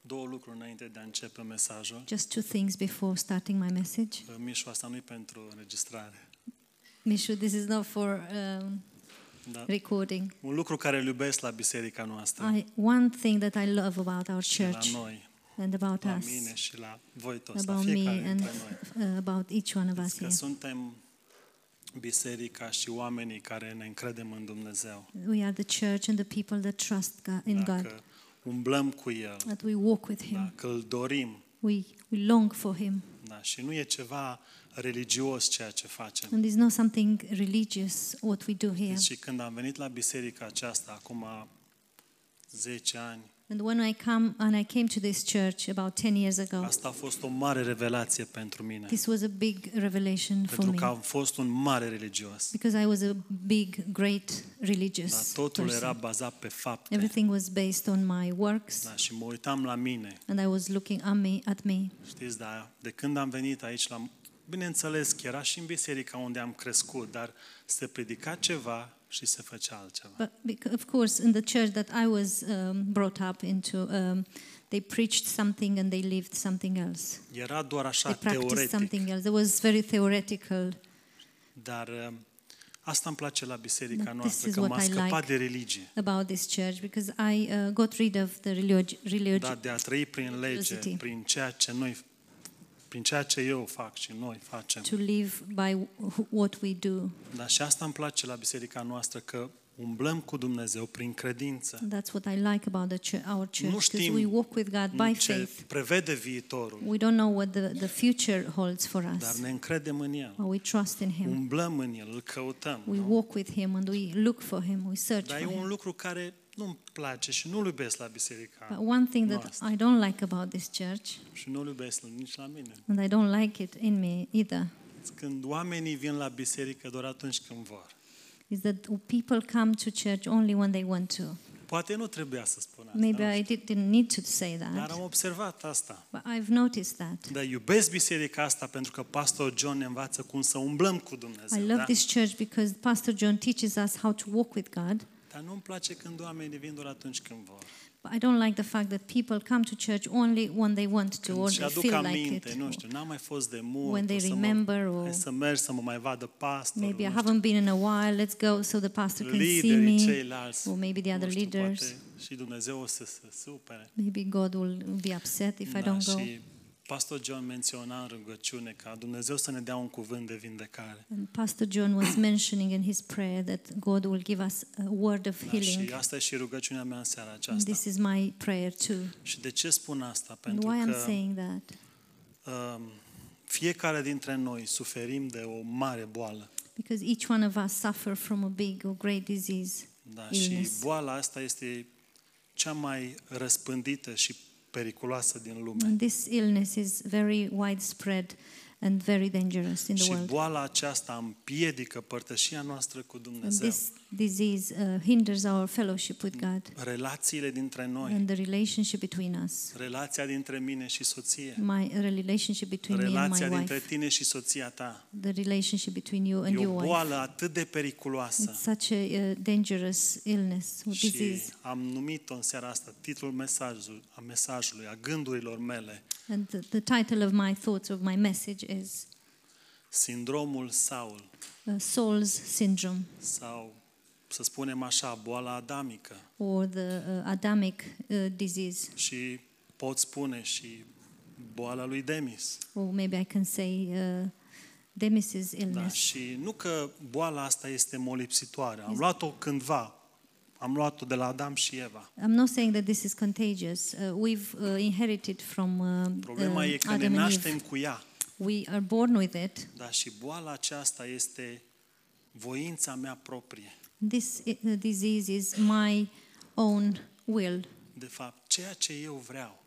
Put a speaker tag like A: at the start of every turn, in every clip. A: două lucruri înainte de a începe mesajul.
B: Just two things before starting my message.
A: Mișu, asta nu e pentru înregistrare.
B: Mishu, this is not for um,
A: Dar
B: recording.
A: un lucru care îl iubesc la biserica noastră,
B: I, one thing that I love about our
A: și la
B: church
A: noi,
B: and about
A: la
B: us,
A: mine și la voi toți, la
B: about me
A: fiecare
B: and
A: dintre noi,
B: f- uh, about each one of us
A: este că
B: here.
A: suntem biserica și oamenii care ne încredem în Dumnezeu.
B: We are the church and the people that trust God, in God,
A: Dacă umblăm cu El,
B: that we walk with Him,
A: dacă îl dorim,
B: we, we long for Him.
A: da, și nu e ceva religios ceea ce facem.
B: And it's not something religious what we do here.
A: Și când am venit la biserica aceasta, acum 10 ani,
B: And when I come and I came to this church about 10 years ago,
A: asta a fost o mare revelație pentru mine.
B: this was a big revelation for
A: Pentru
B: me
A: că am fost un mare religios.
B: because I was a big, great
A: Dar
B: religious
A: totul era
B: person.
A: bazat pe fapte.
B: Everything was based on my works,
A: Da, și mă uitam la mine.
B: and I was looking at me, at me.
A: Știți, dar de când am venit aici, la... bineînțeles că era și în biserica unde am crescut, dar se predica ceva și se făcea altceva.
B: But bec- of course, in the church that I was um, brought up into, um, they preached something and they lived something else.
A: Era doar
B: They
A: așa,
B: practiced
A: teoretic.
B: something else. It was very theoretical.
A: Dar uh, asta îmi place la biserica
B: But this
A: noastră,
B: is
A: că m-a
B: what I
A: scăpat
B: like.
A: de religie.
B: about this church because I uh, got rid of the religi-
A: Da,
B: religion.
A: de a trăi prin lege,
B: religiosity.
A: prin ceea ce noi, prin ceea ce eu fac și noi facem.
B: to live by wh- what we do.
A: Dar și asta îmi place la biserica noastră, că umblăm cu Dumnezeu prin credință.
B: That's what I like about the chur- our church
A: Nu
B: because
A: știm
B: we walk with God by
A: În ce
B: faith.
A: prevede viitorul,
B: We don't know what the, the future holds for
A: dar
B: us,
A: ne încredem în El.
B: but we trust in Him.
A: Umblăm în El, îl căutăm.
B: Oh, We
A: nu?
B: walk with Him and we look for Him, we search for
A: Dar e un
B: Him.
A: lucru care nu-mi place și nu-l iubesc la
B: But
A: biserica.
B: one thing that
A: noastră.
B: I don't like about this church,
A: Și nu-l iubesc nici la mine.
B: and I don't like it in me either,
A: Când oamenii vin la biserică doar atunci când vor.
B: is that people come to church only when they want to.
A: Poate nu trebuia să spun asta,
B: Maybe
A: nu
B: I
A: știu.
B: did, didn't need to say
A: dar
B: that,
A: am observat asta.
B: but I've noticed that.
A: Dar iubesc biserica asta pentru că pastor John ne învață cum să umblăm cu
B: I
A: Dumnezeu. Da?
B: love this church because Pastor John teaches us how to walk with God.
A: Dar nu-mi place când oamenii vin doar atunci când vor.
B: But I don't like the fact that people come to church only when they want to,
A: Când
B: or
A: și
B: they
A: aduc
B: feel like
A: aminte,
B: it.
A: nu știu, n-am mai fost de mult.
B: When they
A: o să
B: remember
A: mă,
B: or-
A: Hai să merg să mă mai vadă pastorul,
B: Maybe I
A: nu
B: haven't been in a while. Let's go so the pastor
A: știu,
B: can see
A: liderii
B: me,
A: ceilalți.
B: or maybe the
A: nu
B: other
A: știu,
B: leaders.
A: poate și Dumnezeu o să se supere.
B: Maybe God will be upset if I
A: da,
B: don't go.
A: și pastor John menționa în rugăciune ca Dumnezeu să ne dea un cuvânt de vindecare.
B: And Pastor John was mentioning in his prayer that God will give us a word of
A: Da, și
B: healing.
A: asta e și rugăciunea mea în seara
B: And
A: aceasta.
B: this is my prayer too.
A: Și de ce spun asta?
B: And
A: Pentru
B: why I'm
A: că
B: saying that?
A: Um, Fiecare dintre noi suferim de o mare boală.
B: Because each one of us suffer from a big or great disease.
A: Da? Și
B: Illness.
A: boala asta este cea mai răspândită și periculoasă din lume.
B: And this illness is very widespread and very dangerous in the
A: Și
B: world.
A: boala aceasta împiedică părtășia noastră cu
B: And
A: Dumnezeu,
B: this disease uh, hinders our fellowship with God
A: relațiile dintre noi,
B: and the relationship between us.
A: relația dintre mine și soție,
B: My relationship between me and
A: relația
B: my
A: dintre
B: wife,
A: tine și soția ta.
B: the relationship between you and
A: E
B: your
A: o
B: wife.
A: boală atât de periculoasă
B: It's such a uh, dangerous illness or
A: și
B: disease.
A: am numit-o în seara asta titlul mesajului, a mesajului, a gândurilor mele,
B: And the, the title of my thoughts of my message is
A: Sindromul Saul.
B: uh, Saul's Syndrome
A: sau să spunem așa, boala adamică
B: or the uh, Adamic uh, disease.
A: și pot spune și boala lui Demis.
B: Or maybe I can say uh, Demis's
A: Da,
B: illness.
A: și nu că boala asta este molipsitoare. Am
B: Este-
A: luat-o cândva. Am luat-o de la Adam și Eva.
B: I'm not saying that this is contagious. Uh, we've uh, inherited from um,
A: Problema
B: um,
A: e că ne
B: Adam and
A: naștem
B: Eve.
A: cu ea.
B: We are born with it.
A: Da, și boala aceasta este voința mea proprie.
B: This i- uh, disease is my own will.
A: De fapt, ceea ce eu vreau.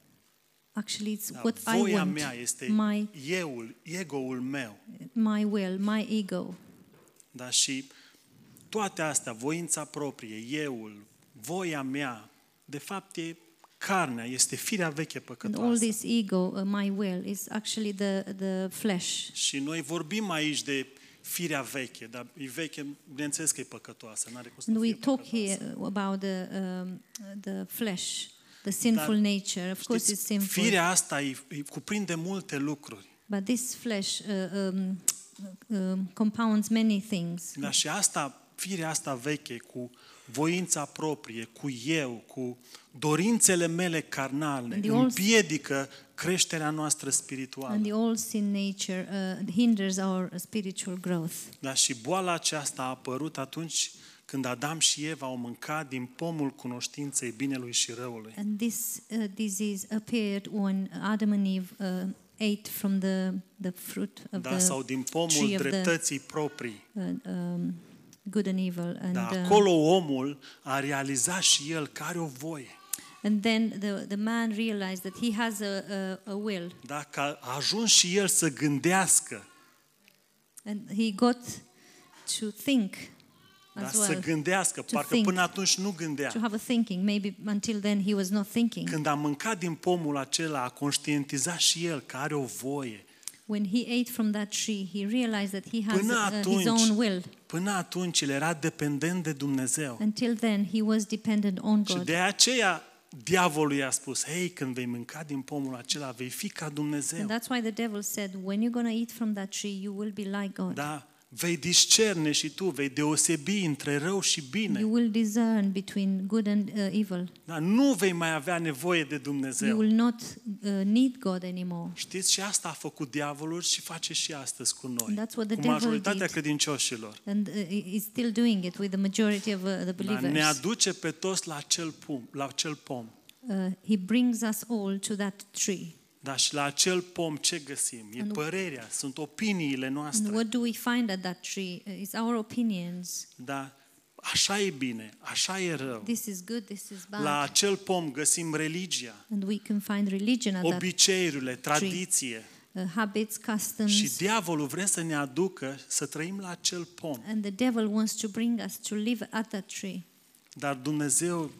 B: Actually, it's
A: Da,
B: what I
A: voia
B: want.
A: mea este
B: My
A: euul, ego-ul meu.
B: my will, my ego.
A: Da? Și toate astea, voința proprie, euul, voia mea, de fapt e carnea, este firea veche
B: And all
A: păcătoasă.
B: this ego, uh, my will, is actually the the flesh.
A: Și noi vorbim aici de firea veche, dar e veche, bineînțeles că e păcătoasă, nu are cum să
B: And
A: nu
B: we
A: fie
B: talk
A: păcătoasă.
B: here about the um, the flesh. the sinful nature. Of course, it's
A: Știți,
B: sinful.
A: firea asta îi, îi cuprinde multe lucruri.
B: But this flesh uh, um, um, compounds many things.
A: Da? Și asta, firea asta veche cu voința proprie, cu eu, cu dorințele mele carnale,
B: The old-
A: împiedică creșterea noastră spirituală.
B: And the old sin nature uh, hinders our spiritual growth.
A: Da? Și boala aceasta a apărut atunci când Adam și Eva au mâncat din pomul cunoștinței binelui și răului.
B: And this uh, disease appeared when Adam and Eve uh, ate from the, the fruit of
A: Da? Sau
B: the
A: din pomul
B: tree of the-
A: dreptății proprii.
B: uh, um, good and evil. And,
A: Da?
B: uh,
A: Acolo omul a realizat și el că are o voie.
B: and then the, the man realized that he has a, a, a will.
A: Da? Că a ajuns și el să gândească,
B: And he got to think
A: da?
B: as well,
A: să gândească.
B: to
A: Parcă
B: think.
A: până atunci nu gândea.
B: to have a thinking. Maybe until then he was not thinking.
A: Când a mâncat din pomul acela, a conștientizat și el că are o voie.
B: When he ate from that tree, he realized that he has
A: Până
B: uh,
A: atunci.
B: his own will.
A: Până atunci el era dependent de Dumnezeu.
B: Until then, he was dependent on
A: Și
B: God.
A: de aceea diavolul i-a spus, hei, când vei mânca din pomul acela, vei fi ca Dumnezeu.
B: And that's why the devil said, when you're going to eat from that tree, you will be like God.
A: Da? Vei discerne și tu, vei deosebi între rău și
B: You
A: bine.
B: will discern between good and uh, evil.
A: Da? Nu vei mai avea nevoie de
B: You
A: Dumnezeu.
B: will not uh, need God anymore.
A: Știți, și asta a făcut diavolul și face și astăzi cu noi.
B: That's what the
A: Cu
B: devil
A: majoritatea
B: did.
A: credincioșilor.
B: And uh, he- he's still doing it with the majority of uh,
A: Da?
B: the
A: Ne
B: believers.
A: aduce pe toți la acel pom. La acel pom.
B: Uh, he brings us all to that tree.
A: Dar Da? și la acel pom ce găsim? E
B: Nu.
A: părerea, sunt opiniile
B: And
A: noastre.
B: what do we find at that tree? Uh, It's our opinions.
A: Da? Așa e bine, așa e rău.
B: This is good, this is bad.
A: La acel pom găsim religia,
B: And we can find religion at that
A: obiceiurile, tradiție.
B: uh, habits,
A: Și
B: customs,
A: diavolul vrea să ne aducă să trăim la acel pom.
B: and the devil wants to bring us to live at that tree.
A: Dar Dumnezeu,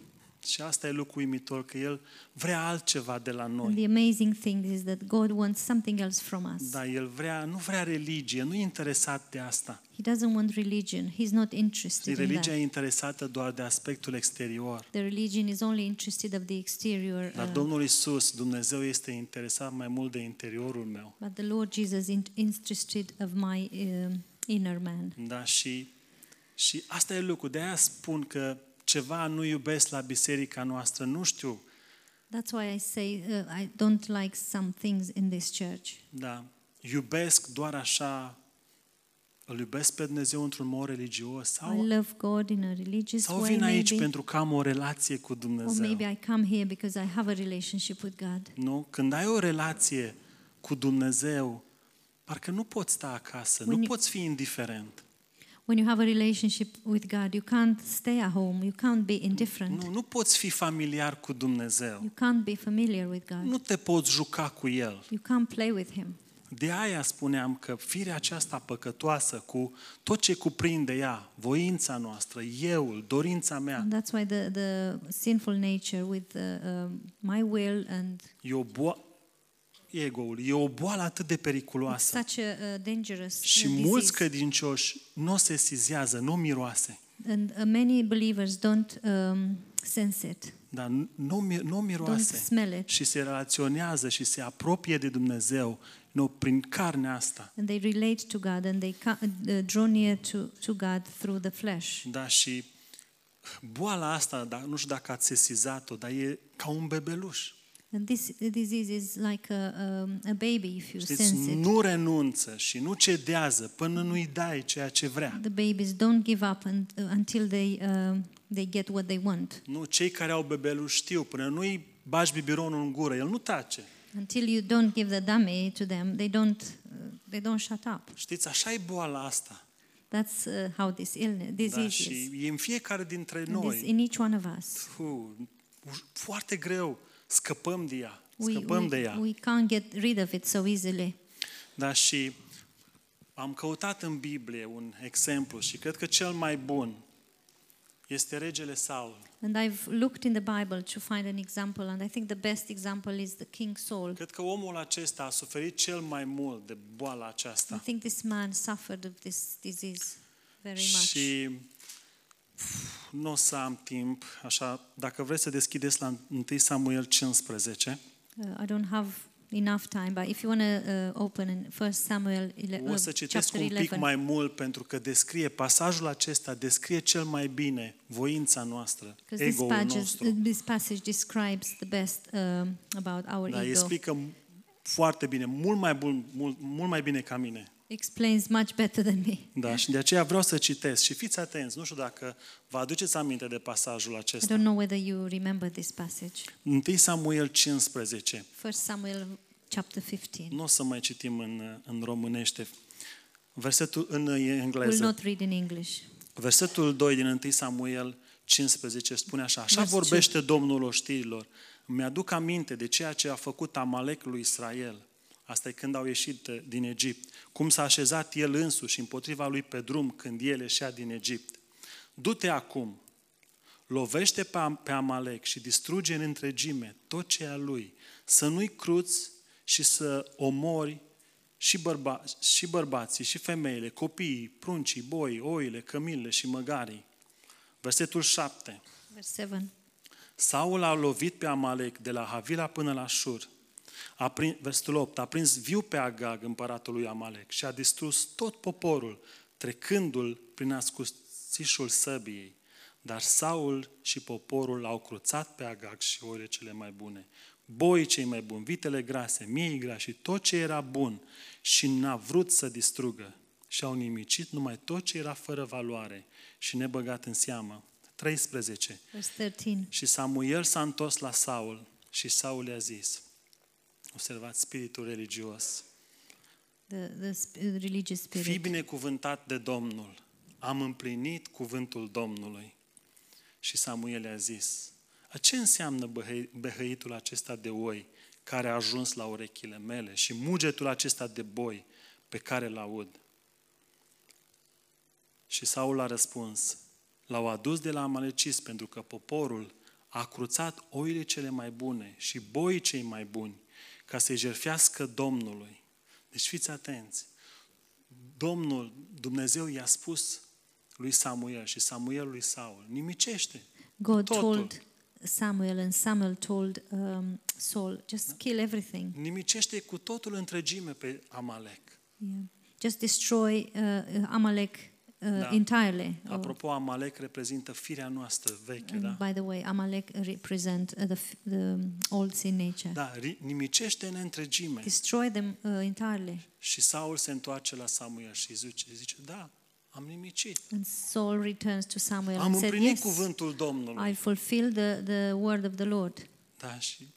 A: și asta e lucru uimitor, că El vrea altceva de la
B: And
A: noi.
B: the amazing thing is that God wants something else from us.
A: Dar El vrea, nu vrea religie, nu e interesat de asta.
B: He doesn't want religion. He's not
A: Și
B: interested in
A: religia
B: that.
A: e interesată doar de aspectul exterior.
B: The religion is only interested of the exterior.
A: Dar
B: uh,
A: Domnul Isus, Dumnezeu este interesat mai mult de interiorul meu.
B: but the Lord Jesus is interested of my um, inner man.
A: Da, și, și asta e lucru. De aia spun că ceva nu iubesc la biserica noastră, nu știu.
B: That's why I say uh, I don't like some things in this church.
A: Da, iubesc doar așa, îl iubesc pe Dumnezeu într-un mod religios
B: I
A: sau,
B: love God in a religious
A: sau
B: way,
A: vin aici
B: maybe.
A: pentru că am o relație cu
B: Or
A: Dumnezeu.
B: maybe I come here because I have a relationship with God.
A: Nu? Când ai o relație cu Dumnezeu, parcă nu poți sta acasă, nu
B: When-
A: poți fi indiferent.
B: When you have a relationship with God, you can't stay at home. You can't be indifferent.
A: Nu, nu poți fi familiar cu Dumnezeu.
B: You can't be familiar with God.
A: Nu te poți juca cu El.
B: You can't play with Him.
A: De aia spuneam că firea aceasta păcătoasă cu tot ce cuprinde ea, voința noastră, euul, dorința mea,
B: And that's why the, the sinful nature with the, um, my will and
A: e o boală, ego-ul, e o boală atât de periculoasă.
B: such a, uh dangerous uh,
A: Și mulți
B: disease.
A: credincioși nu se sizează, nu miroase.
B: And uh, many believers don't um, sense it,
A: Dar nu, mi- nu
B: don't
A: miroase.
B: smell it.
A: Și se relaționează și se apropie de Dumnezeu nu, prin carnea asta.
B: And they relate to God and they ca- uh, draw near to, to God through the flesh.
A: Da, și boala asta, da, nu știu dacă ați sesizat-o, dar e ca un bebeluș.
B: And this disease is like a, um, a baby if you
A: Știți,
B: sense it.
A: nu renunță și nu cedează până nu-i dai ceea ce vrea.
B: The babies don't give up and, uh, until they um, they get what they want.
A: Nu, cei care au bebeluș știu, până nu-i bași biberonul în gură, el nu tace.
B: Until you don't give the dummy to them, they don't uh, they don't shut up.
A: Știți, așa e boala asta.
B: That's uh, how this illness
A: Da,
B: disease
A: și
B: is.
A: e în fiecare dintre
B: And it's
A: noi.
B: in each one of us.
A: Fu, uș- foarte greu scăpăm de ea.
B: We,
A: Scăpăm de
B: we,
A: ea.
B: we can't get rid of it so easily.
A: Da, și am căutat în Biblie un exemplu și cred că cel mai bun este regele Saul.
B: And I've looked in the Bible to find an example, and I think the best example is the King Saul.
A: Cred că omul acesta a suferit cel mai mult de boala aceasta.
B: I think this man suffered of this disease very much.
A: Și nu o să am timp, așa, dacă vreți să deschideți la 1 Samuel 15,
B: Uh, I don't have enough time, but if you want to uh, open in 1 Samuel ele-
A: o
B: uh,
A: să citesc
B: chapter
A: un pic
B: 11,
A: mai mult pentru că descrie, pasajul acesta descrie cel mai bine voința noastră,
B: because this,
A: ego-ul
B: passage,
A: nostru.
B: this passage describes the best um, about
A: Dar
B: our ego.
A: Da, explică foarte bine, mult mai, bun, mult, mult mai bine ca mine.
B: Explains much better than me.
A: Da, și de aceea vreau să citesc și fiți atenți, nu știu dacă vă aduceți aminte de pasajul
B: I
A: acesta.
B: don't know whether you remember this passage.
A: 1 Samuel 15,
B: 1 Samuel chapter 15.
A: nu o să mai citim în, în românește, versetul în
B: We'll
A: engleză.
B: not read in English.
A: Versetul 2 din 1 Samuel 15 spune așa, așa
B: Versetul.
A: vorbește Domnul oștirilor, mi-aduc aminte de ceea ce a făcut Amalek lui Israel. Asta e când au ieșit uh, din Egipt. Cum s-a așezat el însuși împotriva lui pe drum când el ieșea din Egipt. Du-te acum, lovește pe Am- pe Amalek și distruge în întregime tot ce e a lui. Să nu-i cruți și să omori și, bărba, și bărbații, și femeile, copiii, pruncii, boii, oile, cămilele și măgarii. Versetul 7.
B: Verse 7.
A: Saul a lovit pe Amalek de la Havila până la Șur. A prins, versetul 8. A prins viu pe Agag, împăratul lui Amalek, și a distrus tot poporul, trecându-l prin ascuțișul săbiei. Dar Saul și poporul l-au cruțat pe Agag și oile cele mai bune, boii cei mai buni, vitele grase, miei grași, tot ce era bun și n-a vrut să distrugă. Și au nimicit numai tot ce era fără valoare și nebăgat în seamă. 13.
B: Verse 13.
A: Și Samuel s-a întors la Saul și Saul i-a zis, observați spiritul religios,
B: The, the sp- uh, religious
A: fii
B: spirit.
A: binecuvântat de Domnul, am împlinit cuvântul Domnului. Și Samuel i-a zis, "A, ce înseamnă băhăi- behăitul acesta de oi care a ajuns la urechile mele și mugetul acesta de boi pe care îl aud? Și Saul a răspuns, l-au adus de la Amalecis pentru că poporul a cruțat oile cele mai bune și boii cei mai buni ca să-i jerfească Domnului. Deci fiți atenți. Domnul, Dumnezeu i-a spus lui Samuel și Samuel lui Saul, nimicește.
B: God
A: totul.
B: told Samuel and Samuel told um, Saul, just kill everything.
A: Nimicește cu totul întregime pe Amalek.
B: Yeah. Just destroy uh, uh, Amalek uh,
A: Da.
B: entirely. or-
A: Apropo, Amalek reprezintă firea noastră veche,
B: and
A: da?
B: by the way, Amalek represent uh, the, f- the um, old sin nature.
A: Da, ri- nimicește-ne întregime.
B: Destroy them uh, entirely.
A: Și Saul se întoarce la Samuel și îi zice, zice da, am nimicit.
B: And Saul returns to Samuel
A: Am
B: and said,
A: împlinit
B: yes,
A: cuvântul Domnului.
B: I fulfill the, the word of the Lord.
A: Da, și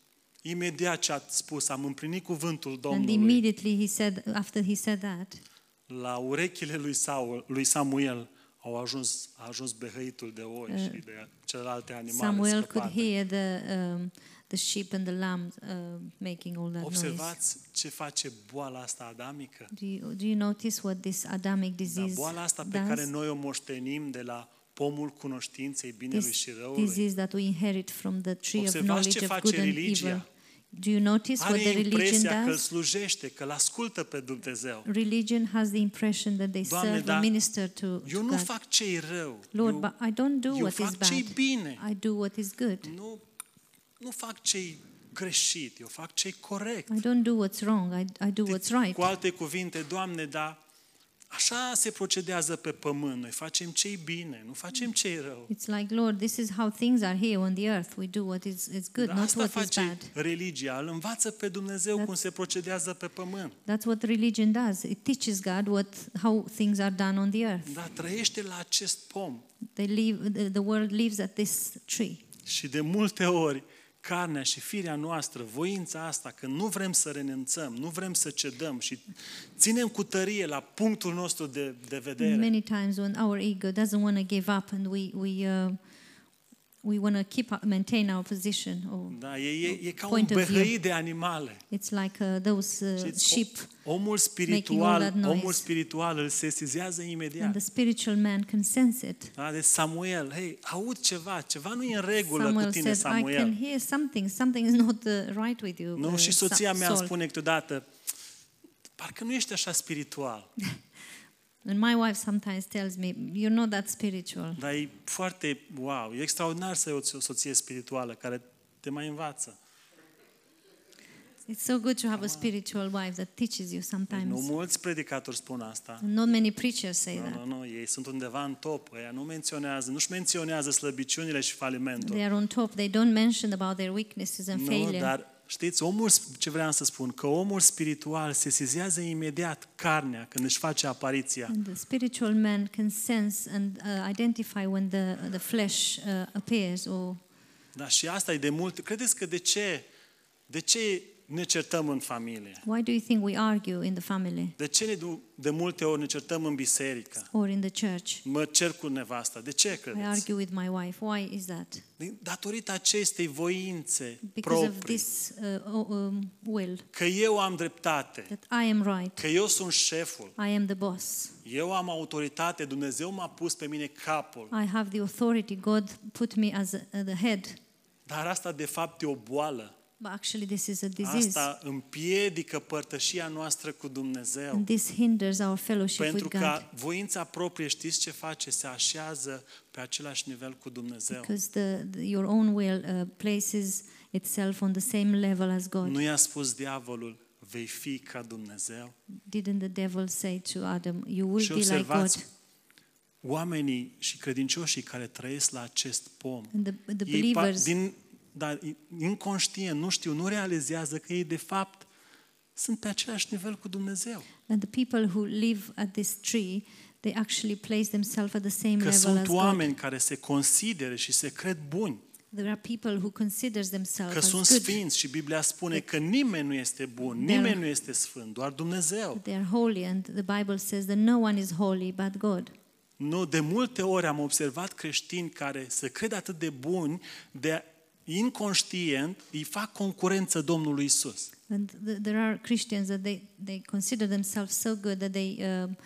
A: imediat ce a spus, am împlinit cuvântul
B: And
A: Domnului,
B: immediately he said, after he said that,
A: la urechile lui, Saul, lui Samuel au ajuns, a ajuns behăitul de oi și de celelalte animale
B: Mm. Samuel could
A: scăpate.
B: hear the um, the sheep and the lambs uh, making all that noise.
A: Observați ce face boala asta adamică.
B: Do you, do you notice what this Adamic
A: Dar
B: disease
A: boala asta pe care
B: does?
A: noi o moștenim de la pomul cunoștinței binelui
B: This
A: și răului,
B: disease that we inherit from the tree of
A: Observați
B: knowledge
A: ce
B: of
A: face
B: good and
A: religia.
B: evil. Do you notice what
A: are
B: the religion
A: impresia că îl
B: does?
A: slujește, că îl ascultă pe Dumnezeu.
B: Religion has the impression that they
A: Doamne,
B: serve
A: dar
B: and minister to,
A: Eu
B: to
A: nu
B: God.
A: fac ce-i rău.
B: Lord,
A: eu,
B: but I don't do
A: eu
B: what is
A: fac ce-i
B: bad.
A: bine.
B: I do what is good.
A: Nu, nu fac ce-i greșit, eu fac ce-i corect.
B: I don't do what's wrong. I, I do what's right.
A: Cu alte cuvinte, Doamne, dar așa se procedează pe pământ. Noi facem ce-i bine, nu facem ce-i rău.
B: It's like, Lord, this is how things are here on the earth. We do what is, is good,
A: Dar
B: not
A: asta
B: what is
A: face
B: bad.
A: religia, îl învață pe Dumnezeu
B: That's-
A: cum se procedează pe pământ.
B: That's what religion does. It teaches God what how things are done on the earth.
A: Dar trăiește la acest pom.
B: They live, the, the world lives at this tree.
A: Și de multe ori, carnea și firea noastră, voința asta, că nu vrem să renunțăm, nu vrem să cedăm și ținem cu tărie la punctul nostru de, de vedere.
B: Many times when our ego doesn't want to give up and we we uh, we want to keep up, maintain our position. Or
A: Da, e, e, e ca un
B: Point of view.
A: behăi de animale.
B: it's like uh, those uh,
A: Știți,
B: sheep.
A: o- omul
B: all that
A: spiritual,
B: noise.
A: omul spiritual îl sesizează
B: And
A: imediat.
B: the spiritual man can sense it.
A: Da, deci Samuel, hei, aud ceva, ceva nu e în regulă cu
B: Samuel
A: tine,
B: said, "I can
A: Samuel.
B: hear something. Something is not uh, right with you."
A: Nu,
B: uh,
A: și soția
B: Sa-
A: mea îmi
B: Saul."
A: spune câteodată, parcă nu ești așa spiritual.
B: And my wife sometimes tells me, You're not that spiritual.
A: Dar e foarte, wow, e extraordinar să ai o so- soție spirituală care te mai învață.
B: It's so good to have a spiritual wife that teaches you
A: Nu
B: sometimes.
A: mulți predicatori spun asta.
B: Not many preachers say
A: Nu,
B: that.
A: nu, nu, ei sunt undeva în top, ăia nu menționează, nu-și menționează slăbiciunile și falimentul.
B: They are on top. They don't mention about their weaknesses and
A: Nu,
B: failure.
A: dar știți, omul, sp- ce vreau să spun, că omul spiritual se sesizează imediat carnea când își face apariția.
B: And the spiritual man can sense and uh, identify when the, the flesh uh, appears or
A: Da, și asta e de mult. Credeți că de ce, de ce ne certăm în familie?
B: Why do you think we argue in the family
A: De ce ne, du- de multe ori ne certăm în biserică?
B: or in the church?
A: Mă cer cu nevasta. De ce
B: I
A: credeți?
B: argue with my wife. Why is that?
A: Din- Datorită acestei voințe
B: Because of
A: proprii,
B: this uh, o- um, will
A: că eu am dreptate,
B: that I am right,
A: că eu sunt șeful,
B: I am the boss,
A: eu am autoritate, Dumnezeu m-a pus pe mine capul.
B: I have the authority. God put me as uh, the head,
A: Dar asta de fapt e o boală.
B: but actually this is a disease,
A: Asta împiedică părtășia noastră cu Dumnezeu.
B: and this hinders our fellowship
A: Pentru
B: with God.
A: că voința proprie, știți ce face? Se așează pe același nivel cu Dumnezeu.
B: Because the, the, your own will uh, places itself on the same level as God.
A: Nu i-a spus diavolul, vei fi ca Dumnezeu.
B: Didn't the devil say to Adam, "You will
A: Și
B: be like God"?
A: observați, oamenii și credincioșii care trăiesc la acest pom,
B: And the, the
A: ei pa-
B: believers
A: din, dar inconștient, nu știu, nu realizează că ei de fapt sunt pe același nivel cu Dumnezeu.
B: And the people who live at this tree, they actually place themselves at the same
A: Că
B: level as
A: sunt
B: God.
A: oameni care se considere și se cred buni,
B: There are people who considers
A: că
B: themselves
A: sunt
B: as good. Da.
A: sfinți și Biblia spune că nimeni nu este bun, nimeni nu este sfânt, doar Dumnezeu.
B: They are holy, and the Bible says that no one is holy but God.
A: Nu, de multe ori am observat creștini care se cred atât de buni, de inconștient, îi fac concurență Domnului Isus.
B: And th- there are Christians that they, they consider themselves so good that they um,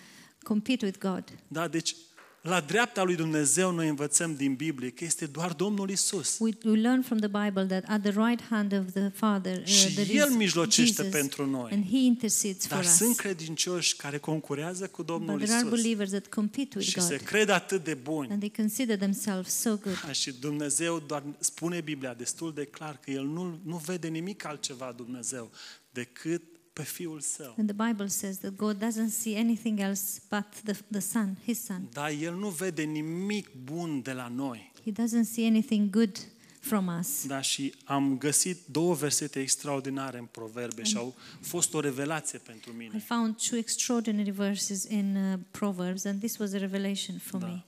B: compete with God.
A: Da, deci la dreapta lui Dumnezeu noi învățăm din Biblie că este doar Domnul Isus.
B: We, we learn from the Bible that at the right hand of the Father uh,
A: Și
B: there
A: El
B: is
A: mijlocește
B: Jesus,
A: pentru noi.
B: and He intercedes for
A: Dar sunt
B: us.
A: credincioși care concurează cu
B: But
A: Domnul
B: there are
A: Isus
B: believers that compete with
A: și se
B: God,
A: cred atât de buni.
B: and they consider themselves so good.
A: Ha, Și Dumnezeu doar spune Biblia destul de clar că El nu, nu vede nimic altceva Dumnezeu decât pe Fiul Său.
B: And the Bible says that God doesn't see anything else but the, the Son, His Son.
A: Dar El nu vede nimic bun de la noi.
B: He doesn't see anything good from us.
A: Da, și am găsit două versete extraordinare în proverbe și au fost o revelație pentru
B: I
A: mine.
B: found two extraordinary verses in uh, Proverbs, and this was a revelation for
A: Da.
B: me.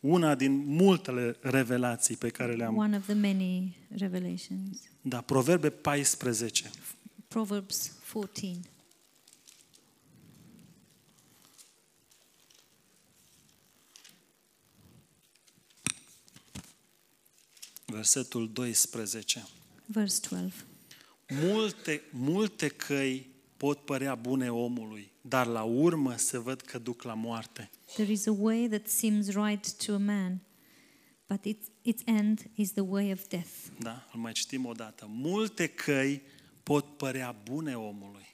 A: Una din multele revelații pe care le-am.
B: One of the many revelations.
A: Da, proverbe 14.
B: Proverbs 14.
A: Versetul 12.
B: Verse 12.
A: Multe, multe căi pot părea bune omului, dar la urmă se văd că duc la moarte.
B: There is a way that seems right to a man, but it, its end is the way of death.
A: Da? Îl mai citim o dată. Multe căi pot părea bune omului.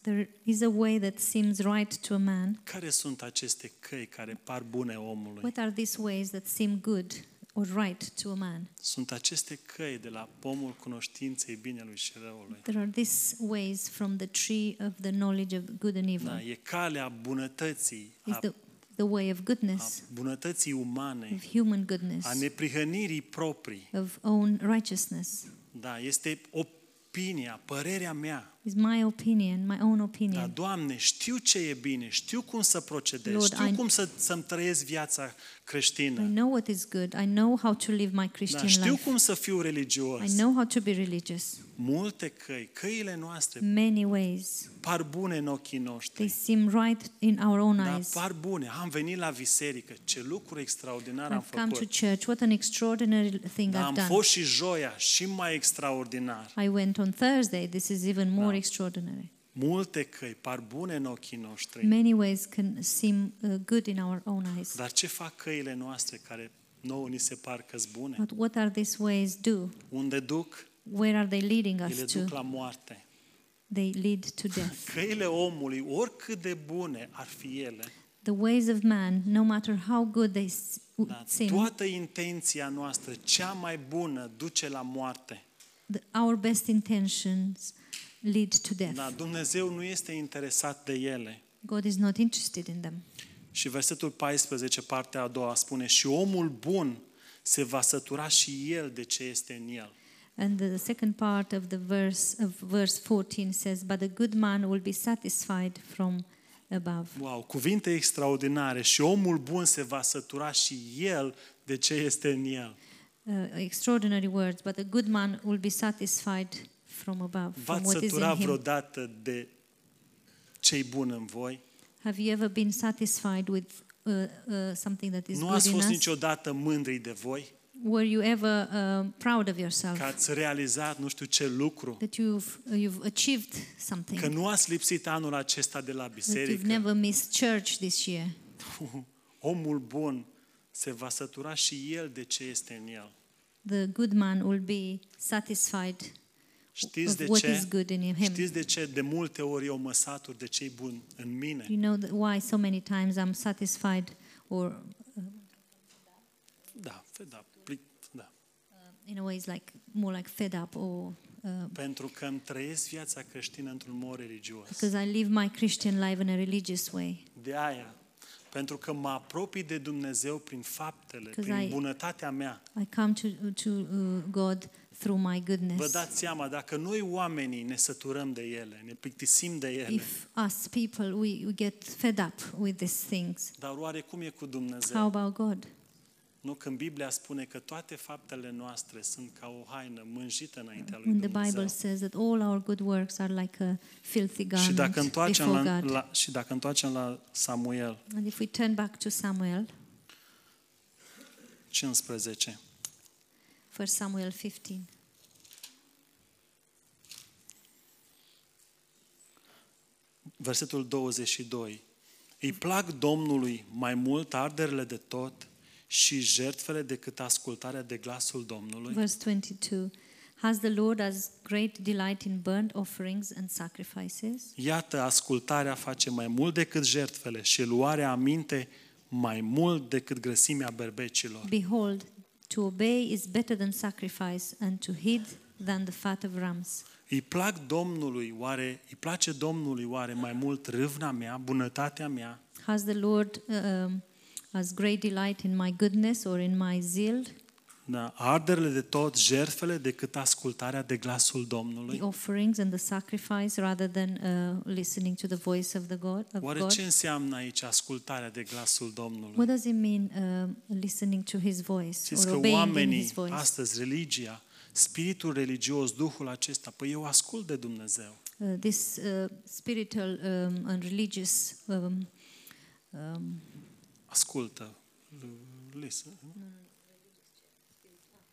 B: There is a way that seems right to a man.
A: Care sunt aceste căi care par bune omului?
B: What are these ways that seem good or right to a man?
A: Sunt aceste căi de la pomul cunoștinței binelui și răului.
B: There are these ways from the tree of the knowledge of good and evil.
A: Da, e calea bunătății,
B: Is
A: a,
B: the, the way of
A: a
B: goodness,
A: bunătății umane,
B: of human goodness,
A: a neprihănirii proprii.
B: of own righteousness.
A: Da, este opinia, părerea mea.
B: Is my opinion, my own
A: Dar,
B: opinion.
A: Doamne, știu ce e bine, știu cum să procedez,
B: Lord,
A: știu
B: I-
A: cum să, să-mi trăiesc viața creștină,
B: I know what is good. I know how to live my
A: da,
B: Christian
A: știu
B: life.
A: cum să fiu
B: I
A: religios.
B: know how to be religious.
A: Multe căi, căile noastre
B: Many ways.
A: par bune în ochii noștri,
B: Mm. They seem right in our own
A: da,
B: eyes.
A: par bune. Am venit la biserică, ce lucru extraordinar am
B: I've come to
A: făcut.
B: church. What an extraordinary thing
A: Da,
B: I've
A: am
B: done.
A: fost și joia, și mai extraordinar.
B: I went on Thursday. This is even more extraordinary.
A: Multe căi par bune în ochii noștri,
B: Many ways can seem uh, good in our own eyes.
A: dar ce fac căile noastre care nouă ni se par că bune?
B: But what are these ways do?
A: Unde duc?
B: Where are they leading us
A: Ele
B: to?
A: duc la moarte.
B: They lead to death.
A: Căile omului, oricât de bune ar fi ele,
B: The ways of man, no matter how good they s- w-
A: Dar
B: seem,
A: da, toată intenția noastră, cea mai bună, duce la moarte.
B: the, our best intentions lead to
A: Dar
B: death.
A: Da, Dumnezeu nu este interesat de ele.
B: God is not interested in them.
A: Și versetul 14, partea a doua, spune Și omul bun se va sătura și el de ce este în el.
B: And the second part of the verse of verse 14 says, "But the good man will be satisfied from above."
A: Wow, cuvinte extraordinare. Și omul bun se va sătura și el de ce este în el.
B: Uh, extraordinary words, but the good man will be satisfied from above, from
A: V-ați
B: what is
A: sătura
B: in him.
A: vreodată de cei buni în voi?
B: Have you ever been satisfied with uh, uh, something that is
A: Nu
B: good
A: ați
B: in
A: fost
B: us?
A: niciodată mândri de voi?
B: Were you ever um, proud of yourself
A: Că ați realizat nu știu ce lucru?
B: that you've uh, you've achieved something?
A: Că nu ați lipsit anul acesta de la
B: that you've
A: biserică?
B: never missed church this year.
A: Omul bun se va sătura și el de ce este în el.
B: The good man will be satisfied
A: Știți de
B: of what
A: ce?
B: is good in him.
A: Știți de ce? De multe ori eu mă satur de cei buni în mine.
B: You know that why so many times I'm satisfied or
A: Da, da, plic, da.
B: in a way it's like more like fed up or uh,
A: Pentru că îmi trăiesc viața creștină într-un mod religios.
B: because I live my Christian life in a religious way.
A: De aia, pentru că mă apropii de Dumnezeu prin faptele,
B: Because
A: prin
B: I-
A: bunătatea mea.
B: I come to to uh, God through my
A: Vă
B: goodness.
A: dați seama, dacă noi oamenii ne săturăm de ele, ne plictisim de ele,
B: If us people we, we get fed up with these things,
A: dar oare cum e cu Dumnezeu?
B: how about God?
A: Nu când Biblia spune că toate faptele noastre sunt ca o haină mânjită înaintea lui
B: When the
A: Dumnezeu.
B: Bible says that all our good works are like a filthy
A: și
B: garment
A: dacă întoarcem
B: before
A: la,
B: God.
A: la, și dacă întoarcem la Samuel
B: And if we turn back to Samuel,
A: 15,
B: 1 Samuel 15,
A: versetul 22. Îi plac Domnului mai mult arderile de tot și jertfele decât ascultarea de glasul Domnului.
B: verse 22, has the Lord as great delight in burnt offerings and sacrifices?
A: Iată, ascultarea face mai mult decât jertfele și luarea aminte mai mult decât grăsimea berbecilor.
B: Behold, to obey is better than sacrifice, and to heed than the fat of rams.
A: Îi plac Domnului, oare, îi place Domnului oare mai mult râvna mea, bunătatea mea,
B: Has the Lord uh, um, as great delight in my goodness or in my zeal,
A: da, arderile de tot, jertfele, decât ascultarea de glasul Domnului?
B: the offerings and the sacrifice, rather than uh, listening to the voice of the God of
A: Oare
B: God?
A: ce înseamnă aici ascultarea de glasul Domnului?
B: What does it mean um, listening to his voice
A: Știți
B: or
A: că
B: obeying in his
A: oamenii,
B: voice?
A: astăzi, religia, spiritul religios, Duhul acesta, păi eu ascult de Dumnezeu.
B: Uh, this uh, spiritual um, and religious um, um,
A: Ascultă. Listen.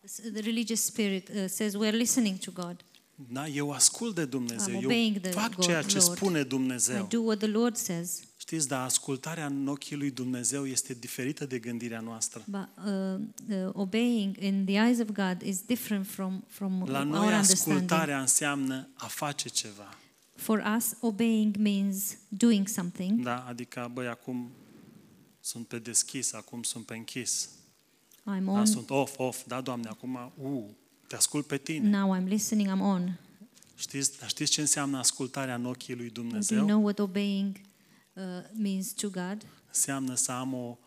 B: s- the religious spirit uh, says we're listening to God.
A: Da, eu ascult de Dumnezeu,
B: I'm
A: eu
B: obeying the
A: fac
B: God,
A: ceea ce
B: Lord.
A: spune
B: I
A: Dumnezeu.
B: do what the Lord says,
A: Știți, dar ascultarea în ochii lui Dumnezeu este diferită de gândirea noastră.
B: but uh, uh, obeying in the eyes of God is different from from
A: La
B: our
A: noi
B: understanding.
A: ascultarea înseamnă a face ceva.
B: For us, obeying means doing something.
A: Da? Adică, băi, acum sunt pe deschis, acum sunt pe închis.
B: I'm
A: Da,
B: on
A: sunt off, off, da, Doamne, acum, u, te ascult pe tine.
B: now. I'm listening. I'm on.
A: Știți, dar știți ce înseamnă ascultarea în ochii lui
B: Do you
A: Dumnezeu?
B: know what obeying uh, means to God?
A: Înseamnă să am o,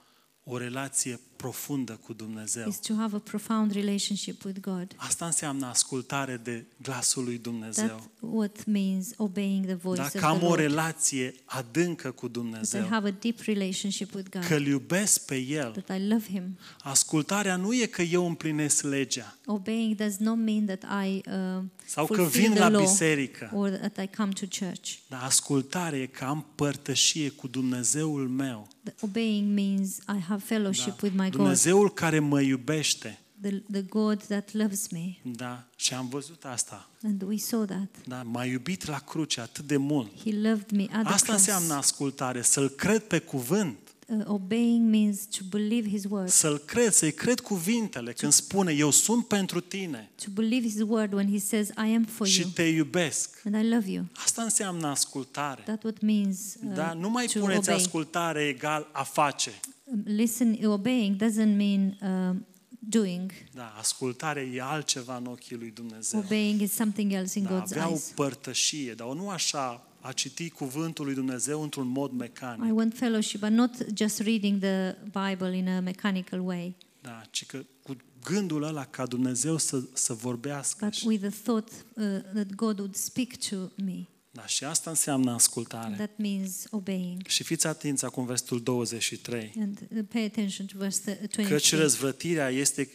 A: o relație profundă cu Dumnezeu.
B: Is to have a profound relationship with God.
A: Asta înseamnă ascultare de glasul
B: Da.
A: lui
B: That's
A: Dumnezeu.
B: what means obeying the voice
A: Dacă
B: of
A: am
B: the
A: o
B: Lord.
A: relație adâncă cu
B: that I
A: Dumnezeu,
B: have a deep relationship with God.
A: că îl iubesc pe El,
B: That I love Him.
A: ascultarea nu e că eu împlinesc legea
B: Obeying does not mean that I uh,
A: sau că
B: fulfill
A: vin
B: the
A: la
B: law
A: biserică,
B: or that I come to church.
A: dar ascultare e că am părtășie cu Dumnezeul meu. da.
B: The obeying means I have fellowship with my God,
A: Dumnezeul care mă iubește.
B: the, the God that loves me.
A: Da, și am văzut asta.
B: And we saw that.
A: Da, m-a iubit la cruce atât de mult.
B: He loved me at the
A: Asta
B: cross.
A: înseamnă ascultare, să-l cred pe cuvânt.
B: Uh, obeying means to believe his word.
A: Să-l cred, să-i cred cuvintele când spune eu sunt pentru tine
B: To believe his word when he says, I am for you
A: și te iubesc.
B: and I love you.
A: Asta înseamnă ascultare.
B: That what means uh,
A: Da, nu mai
B: to
A: puneți
B: obey.
A: ascultare egal a face.
B: Um, Listen, obeying doesn't mean um, doing.
A: Da, ascultare e altceva în ochii lui Dumnezeu.
B: Obeying is something else in
A: Da,
B: God's
A: avea o
B: eyes.
A: părtășie, dar nu așa a citi cuvântul lui Dumnezeu într-un mod mecanic,
B: I want fellowship, but not just reading the Bible in a mechanical way,
A: da, ci că cu gândul ăla ca Dumnezeu să, să vorbească.
B: but
A: Și,
B: with the thought uh, that God would speak to me.
A: da, și asta înseamnă ascultare.
B: That means obeying.
A: Și fiți atenți acum versetul 23.
B: And uh, pay attention to verse uh,
A: Căci
B: 23.
A: răzvrătirea este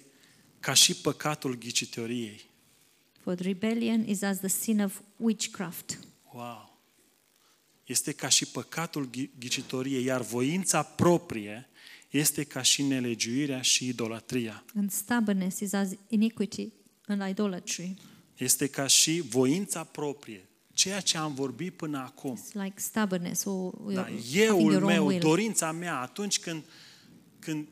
A: ca și păcatul ghicitoriei.
B: For rebellion is as the sin of witchcraft.
A: Wow! Este ca și păcatul ghi- ghicitoriei, iar voința proprie este ca și nelegiuirea și idolatria.
B: And stubbornness is as iniquity and idolatry.
A: Este ca și voința proprie, ceea ce am vorbit până acum.
B: It's like stubbornness or your,
A: Da,
B: having
A: euul
B: your own
A: meu,
B: will.
A: dorința mea, atunci când, când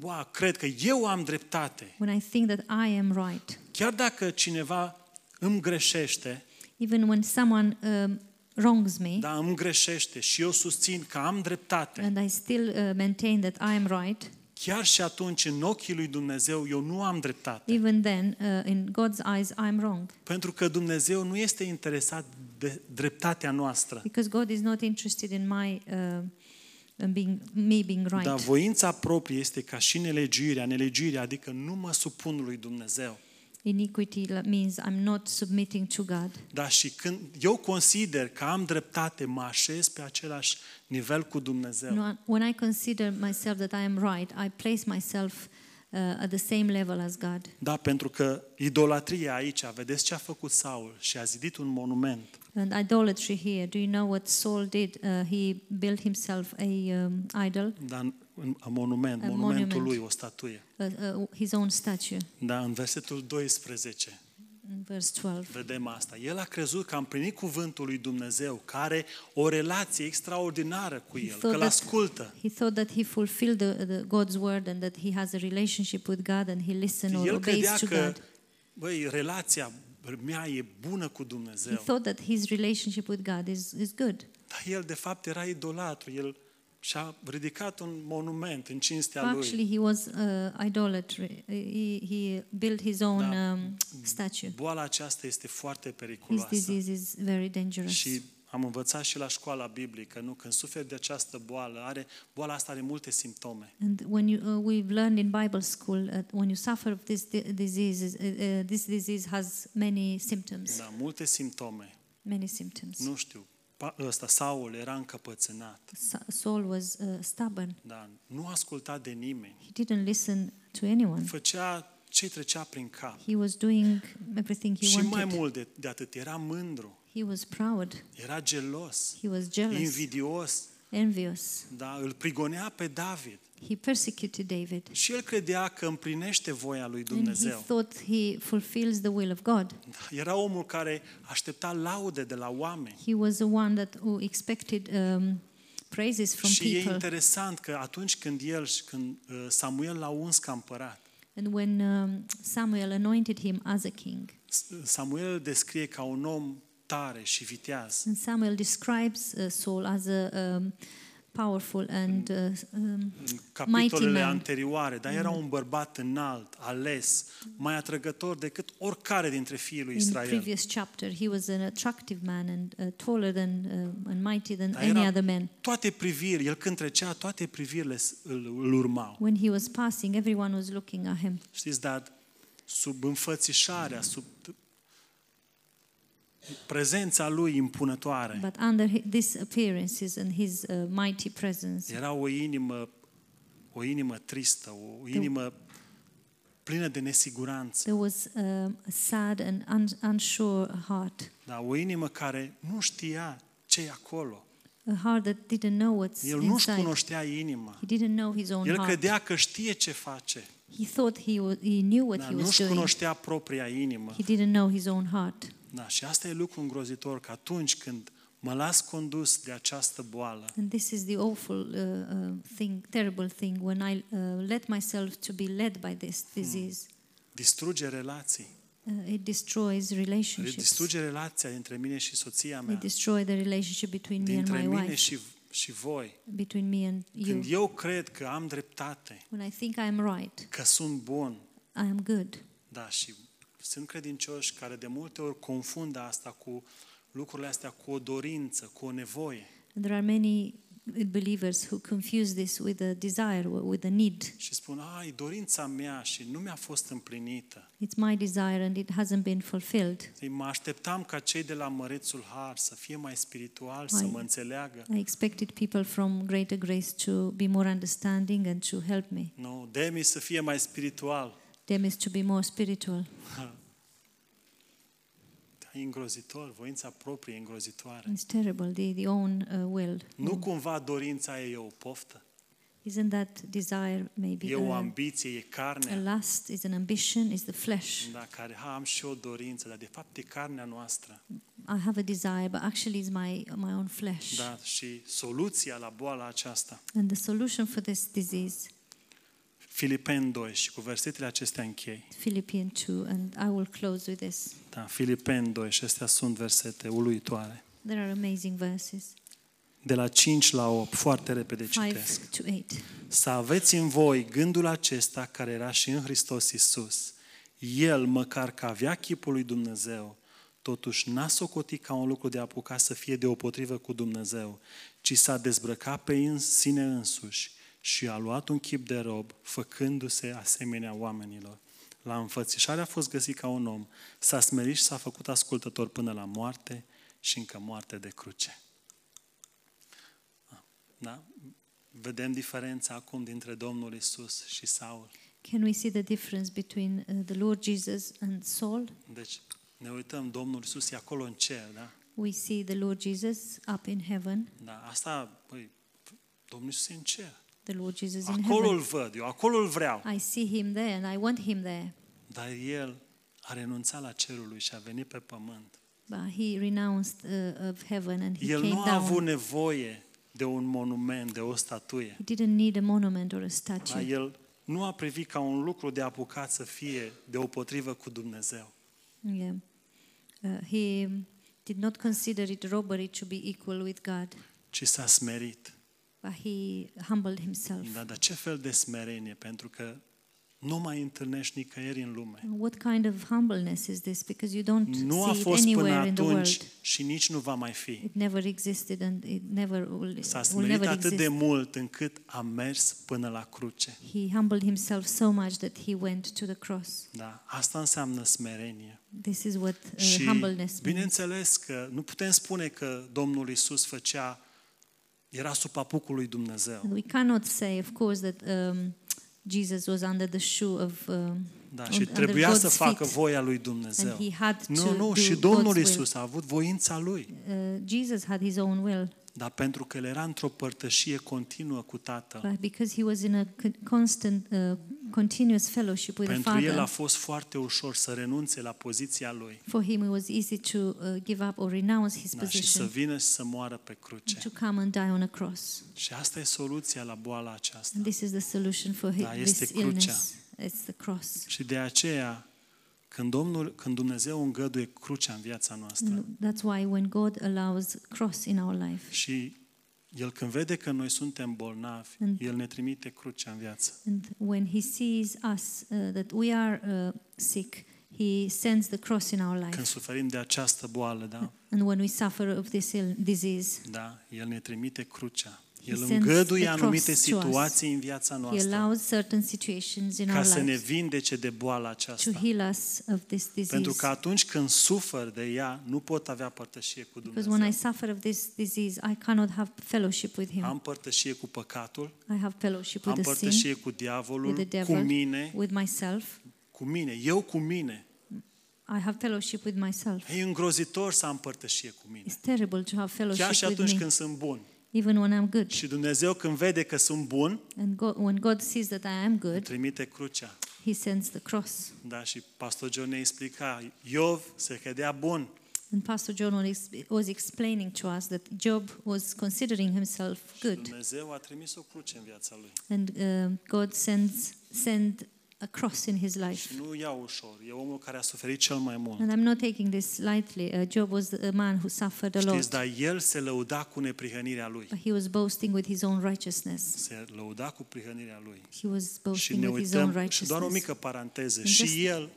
A: wow, cred că eu am dreptate,
B: When I think that I am right,
A: chiar dacă cineva îmi greșește,
B: even when someone um, wrongs me,
A: dar îmi greșește și eu susțin că am dreptate,
B: and I still uh, maintain that I am right,
A: Chiar și atunci, în ochii lui Dumnezeu, eu nu am dreptate.
B: even then, uh, in God's eyes, I'm wrong.
A: Pentru că Dumnezeu nu este interesat de dreptatea noastră.
B: Because God is not interested in my uh, in being me being right.
A: Dar voința proprie este ca și nelegiuirea. Nelegiuirea adică nu mă supun lui Dumnezeu.
B: Iniquity la- means I'm not submitting to God.
A: Dar și când eu consider că am dreptate, mă așez pe același nivel cu Dumnezeu.
B: No, when I consider myself that I am right, I place myself uh, at the same level as God.
A: Da, pentru că idolatria aici, vedeți ce a făcut Saul și a zidit un monument.
B: And idolatry here. Do you know what Saul did? Uh, he built himself a um, idol,
A: Da, un- un monument,
B: Un
A: monumentul
B: monument.
A: lui, o statuie.
B: uh, uh, his own statue.
A: Da, în versetul 12.
B: In verse 12.
A: Vedem asta. El a crezut că a împlinit cuvântul lui Dumnezeu, care o relație extraordinară cu el, că
B: thought
A: îl
B: that-
A: ascultă.
B: He thought that he fulfilled the, the God's word and that he has a relationship with God and he listens or
A: El credea
B: obeys to
A: că,
B: God.
A: băi, relația mea e bună cu
B: He
A: Dumnezeu.
B: thought that his relationship with God is, is good.
A: Dar el, de fapt, era idolatru. El și-a ridicat un monument în cinstea lui.
B: Actually, he was uh, idolatry. He, he built his own
A: Da.
B: um, statue.
A: Boala aceasta este foarte
B: His
A: periculoasă.
B: disease is very dangerous.
A: Și am învățat și la școala biblică, nu? Când suferi de această boală, are, boala asta are multe simptome.
B: And when you, uh, we've learned in Bible school, uh, when you suffer of this di- disease, uh, uh, this disease has many symptoms.
A: Da, multe simptome.
B: Many symptoms.
A: Nu știu. Pa- Ăsta, Saul era încăpățânat.
B: Sa- Saul was uh, stubborn.
A: Da, nu asculta de nimeni.
B: He didn't listen to anyone.
A: Făcea ce trecea prin cap.
B: He was doing everything he
A: și mai
B: wanted.
A: mult de, de atât, era mândru,
B: He was proud.
A: era gelos,
B: He was jealous,
A: invidios,
B: envious.
A: da, îl prigonea pe David.
B: He persecuted David.
A: Și el credea că împlinește voia lui
B: And he
A: Dumnezeu.
B: thought he fulfills the will of God.
A: Da, Era omul care aștepta laude de la oameni.
B: He was the one that who expected um, praises from
A: și e
B: people.
A: interesant că atunci când el și când uh, Samuel l-a uns ca împărat,
B: And when um, Samuel anointed him as a king,
A: S- Samuel îl descrie ca un om tare și viteaz.
B: and Samuel describes uh, Saul as a um, powerful and uh, um,
A: în capitolele
B: man.
A: anterioare, dar era un bărbat înalt, ales, mai atrăgător decât oricare dintre fiii lui
B: in
A: Israel.
B: previous chapter he was an attractive man and uh, taller than uh, and mighty than
A: Dar
B: any
A: era-
B: other man.
A: Toate priviri, el când trecea, toate privirile s- îl, îl urmau.
B: When he was passing, everyone was looking at him.
A: Știți, dar sub înfățișarea, sub t- prezența lui impunătoare,
B: But under hi- these appearances and his uh, mighty presence,
A: era o inimă, o inimă tristă, o inimă plină de nesiguranță,
B: there was um, a sad and un- unsure heart,
A: dar da, o inimă care nu știa ce e acolo.
B: a heart that didn't know what's
A: El nu-și
B: inside.
A: cunoștea inima.
B: He didn't know his own
A: El
B: heart.
A: credea că știe ce face,
B: He thought he, wa- he knew what
A: dar
B: he was
A: nu-și
B: doing.
A: cunoștea propria inimă.
B: He didn't know his own heart.
A: Da, și asta e lucru îngrozitor, că atunci când Mă las condus de această boală
B: And this is the awful uh, uh, thing, terrible thing, when I uh, let myself to be led by this
A: Hmm.
B: disease.
A: distruge relații. Adică
B: Uh, it destroys relationships.
A: Distruge relația dintre mine și soția
B: It
A: mea,
B: destroys the relationship between me and
A: dintre
B: my
A: mine
B: wife,
A: și, și voi.
B: between me and
A: Când e-
B: you.
A: eu cred că am dreptate,
B: When I think I am right,
A: că sunt bun,
B: I am good.
A: da, și sunt credincioși care de multe ori confundă asta cu lucrurile astea cu o dorință, cu o nevoie.
B: And there are many believers who confuse this with a desire, with a need.
A: Și spun, a, e dorința mea și nu mi-a fost împlinită.
B: It's my desire and it hasn't been fulfilled.
A: Ei, Mă așteptam ca cei de la Mărețul Har să fie mai spiritual, să
B: Hai.
A: mă înțeleagă.
B: I expected people from greater grace to be more understanding and to help me.
A: Nu, Demi să fie mai spiritual.
B: Them is to be more spiritual.
A: Da, E îngrozitor, voința proprie e îngrozitoare.
B: It's terrible, the, the own uh, will.
A: Nu cumva dorința e o poftă,
B: Isn't that desire maybe
A: e o
B: a,
A: ambiție, e
B: a
A: carnea,
B: lust, is an ambition, is the flesh.
A: da, care ha, am și o dorință, dar de fapt e carnea noastră.
B: I have a desire, but actually it's my, my own flesh.
A: Da, și soluția la boala aceasta.
B: And the solution for this disease,
A: Filipeni 2 și cu versetele acestea închei.
B: Philippians 2, and I will close with this.
A: Da, Filipeni 2 și astea sunt versete uluitoare.
B: There are amazing verses,
A: De la 5 la 8, foarte repede citesc.
B: 5 to 8.
A: Să aveți în voi gândul acesta care era și în Hristos Isus. El, măcar că avea chipul lui Dumnezeu, totuși n-a socotit ca un lucru de apucat să fie deopotrivă cu Dumnezeu, ci s-a dezbrăcat pe în sine însuși și a luat un chip de rob, făcându-se asemenea oamenilor. La înfățișare a fost găsit ca un om, s-a smerit și s-a făcut ascultător până la moarte și încă moarte de cruce. Da? Vedem diferența acum dintre Domnul Isus și Saul.
B: Can we see the difference between uh, the Lord Jesus and Saul?
A: Deci ne uităm, Domnul Isus e acolo în cer, da?
B: We see the Lord Jesus up in heaven.
A: da asta, păi, Domnul Isus e în cer.
B: The Lord Jesus in
A: Acolo îl
B: heaven.
A: văd, eu acolo îl vreau.
B: I see him there and I want him there.
A: Dar el a renunțat la cerul lui și a venit pe pământ.
B: But he renounced uh, of heaven and he
A: El
B: came
A: nu a
B: down.
A: avut nevoie de un monument, de o statuie.
B: He didn't need a monument or a
A: Dar
B: statue.
A: el nu a privit ca un lucru de apucat să fie deopotrivă cu Dumnezeu.
B: Yeah. Uh, he did not consider it robbery to be equal with God,
A: Ci s-a smerit.
B: but he humbled himself.
A: Da, dar ce fel de smerenie? Pentru că nu mai întâlnești nicăieri în lume.
B: What kind of humbleness is this? Because you don't
A: Nu a
B: see it
A: fost până
B: anywhere in the world.
A: atunci și nici nu va mai fi.
B: It never existed and it never will,
A: S-a
B: will
A: smerit
B: never
A: atât de
B: exist.
A: mult încât a mers până la cruce.
B: He humbled himself so much that he went to the cross.
A: Da, asta înseamnă smerenie.
B: This is what uh,
A: și
B: humbleness means.
A: bineînțeles că nu putem spune că Domnul Isus făcea era sub papucul lui Dumnezeu.
B: And we cannot say, of course, that um, Jesus was under the shoe of um,
A: Da,
B: un-
A: și
B: under
A: trebuia să
B: God's
A: facă
B: feet.
A: voia lui
B: and
A: Dumnezeu.
B: he had to
A: Nu, nu,
B: do
A: și
B: God's
A: Domnul
B: will.
A: Isus a avut voința lui,
B: Uh, Jesus had his own will,
A: dar pentru că el era într-o părtășie continuă cu Tatăl,
B: but because he was in a con- constant, uh, continuous fellowship with the
A: Pentru el a
B: Father,
A: fost foarte ușor să renunțe la poziția lui
B: for him it was easy to uh, give up or renounce his
A: da, și să
B: position
A: vină și să moară pe cruce.
B: to come and die on a cross.
A: Și asta e soluția la boala aceasta.
B: And this is the solution for his,
A: Da, este
B: this
A: crucea.
B: illness. It's the cross.
A: Și de aceea, când, Domnul, când Dumnezeu îngăduie crucea în viața noastră
B: And that's why when God allows cross in our life,
A: și El când vede că noi suntem bolnavi,
B: Mm.
A: El ne trimite crucea în viață.
B: and when He sees us uh, that we are uh, sick, He sends the cross in our
A: Când
B: life.
A: suferim de această boală, da,
B: And when we suffer of this Ill- disease,
A: da El ne trimite crucea.
B: He
A: El
B: sends
A: îngăduie
B: the cross
A: anumite
B: to us.
A: situații în viața
B: He
A: noastră
B: allows certain situations in
A: ca
B: our
A: să ne
B: lives
A: vindece de boala
B: to
A: aceasta.
B: heal us of this
A: Pentru
B: disease.
A: că atunci când sufăr de ea, nu pot avea părtășie cu
B: Because when I
A: Dumnezeu.
B: suffer of this disease, I cannot have fellowship with Him.
A: Am părtășie cu păcatul,
B: I have fellowship
A: am
B: with the sin,
A: părtășie cu
B: with the
A: diavolul, cu
B: devil,
A: mine,
B: with myself.
A: cu mine, eu cu mine.
B: I have fellowship with myself.
A: E îngrozitor să am părtășie cu mine.
B: It's terrible to have
A: Chiar și
B: fellowship with
A: atunci
B: me,
A: când sunt bun.
B: even when I'm good.
A: Și Dumnezeu când vede că sunt bun,
B: And God, when God sees that I am
A: îmi
B: good,
A: trimite crucea.
B: He sends the cross.
A: Da, și pastor John ne explica, Iov se credea bun,
B: And Pastor John was was explaining to us that Job was considering himself good,
A: Dumnezeu a trimis o cruce în viața lui.
B: and um God sends sent a cross in his life.
A: Și nu o ia ușor. E omul care a suferit cel mai mult.
B: And I'm not taking this lightly. Uh, Job was a man who suffered a
A: Știți,
B: lot,
A: dar el se lăuda cu neprihănirea lui.
B: but he was boasting with his own righteousness.
A: Se lăuda cu prihănirea lui.
B: He was
A: Și
B: boasting
A: ne
B: with his own
A: uităm, și doar o
B: righteousness.
A: mică paranteză,
B: În
A: și
B: vest-
A: el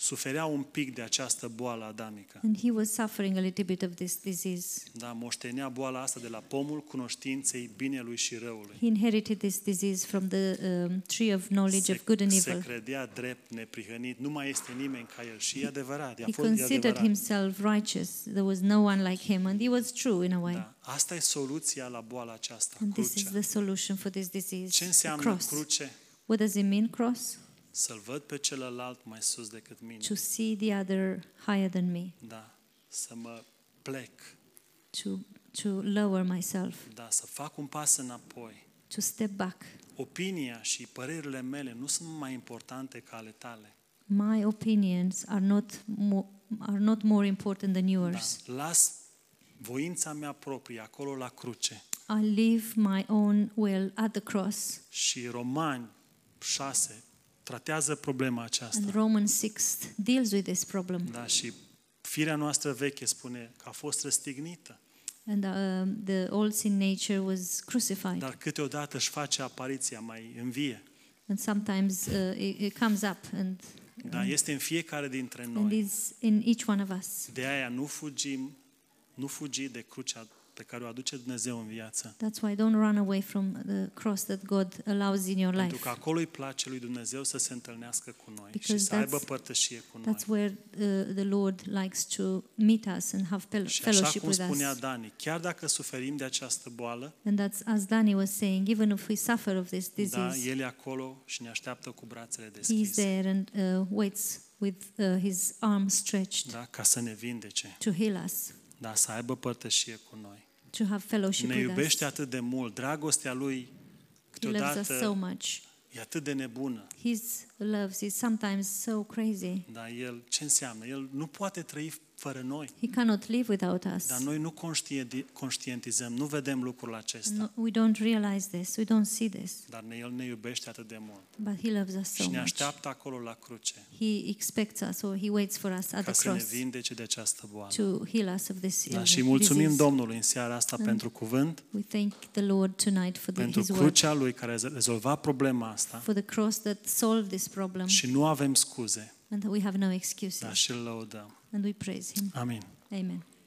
A: suferea un pic de această boală adamică.
B: And he was suffering a little bit of this disease.
A: Da, moștenea boala asta de la pomul cunoștinței binelui și răului.
B: He inherited this disease from the um, tree of knowledge of good and
A: se
B: evil.
A: credea drept, neprihănit, nu mai este nimeni ca el. Și e adevărat, e a
B: He
A: fost e
B: considered
A: adevărat.
B: himself righteous. There was no one like him, and he was true in a way.
A: Da. Asta e soluția la boala aceasta,
B: And this is
A: crucea.
B: the solution for this disease.
A: Ce
B: the
A: înseamnă
B: cross.
A: cruce?
B: What does it mean, cross?
A: Să-l văd pe celălalt mai sus decât mine.
B: To see the other higher than me,
A: Da, să mă plec,
B: to to lower myself,
A: da, să fac un pas înapoi.
B: to step back.
A: Opinia și părerile mele nu sunt mai importante ca ale tale.
B: My opinions are not more, are not more important than
A: Da.
B: yours.
A: Las voința mea proprie acolo la cruce.
B: I live my own will at the cross.
A: Și Romani 6 tratează problema aceasta.
B: And Romans 6 deals with this problem.
A: Da, și firea noastră veche spune că a fost răstignită,
B: And um, the old sin nature was crucified.
A: dar câteodată își face apariția, mai învie.
B: And sometimes uh, it, it comes up and,
A: Dar Da, este în fiecare dintre
B: and
A: noi.
B: is in each one of us.
A: De aia nu fugim, nu fugi de crucea pe care o aduce Dumnezeu în viață.
B: That's why don't run away from the cross that God allows in your
A: Pentru că
B: life.
A: acolo îi place lui Dumnezeu să se întâlnească cu noi
B: Because
A: și să
B: that's-
A: aibă părtășie cu noi.
B: That's where uh, the Lord likes to meet us and have fel-
A: Și așa
B: fellowship
A: cum
B: with
A: spunea
B: us.
A: Dani, chiar dacă suferim de această boală,
B: And that's as Danny was saying, even if we suffer of this
A: da,
B: disease,
A: El e acolo și ne așteaptă cu brațele
B: He's
A: deschise,
B: there and uh, waits with uh, His arm stretched
A: da, ca să ne vindece,
B: to heal us,
A: da, să aibă părtășie cu noi.
B: to have fellowship
A: Ne
B: with
A: iubește
B: us.
A: atât de mult, dragostea Lui
B: He loves us so
A: câteodată
B: much.
A: e atât de nebună,
B: His loves is sometimes so crazy.
A: dar da, El ce înseamnă? El nu poate trăi fără noi,
B: He cannot live without us.
A: dar noi nu conștienti- conștientizăm, nu vedem lucrul
B: No,
A: acesta,
B: we don't realize this. We don't see this.
A: dar ne- El ne iubește atât de mult.
B: But He loves us so
A: Și ne
B: much.
A: așteaptă acolo la cruce
B: He expects us or He waits for us at
A: ca
B: the
A: să ne
B: cross
A: vindece de această boală.
B: to heal us of this
A: Da,
B: illness.
A: și mulțumim
B: disease.
A: Domnului în seara asta pentru cuvânt,
B: We thank the Lord tonight for the,
A: pentru
B: His word,
A: crucea Lui care a rezolvat problema asta
B: for the cross that solved this problem,
A: și nu avem scuze,
B: and that we have no
A: dar
B: excuses.
A: și îl lăudăm.
B: And we praise Him.
A: Amin.
B: Amen.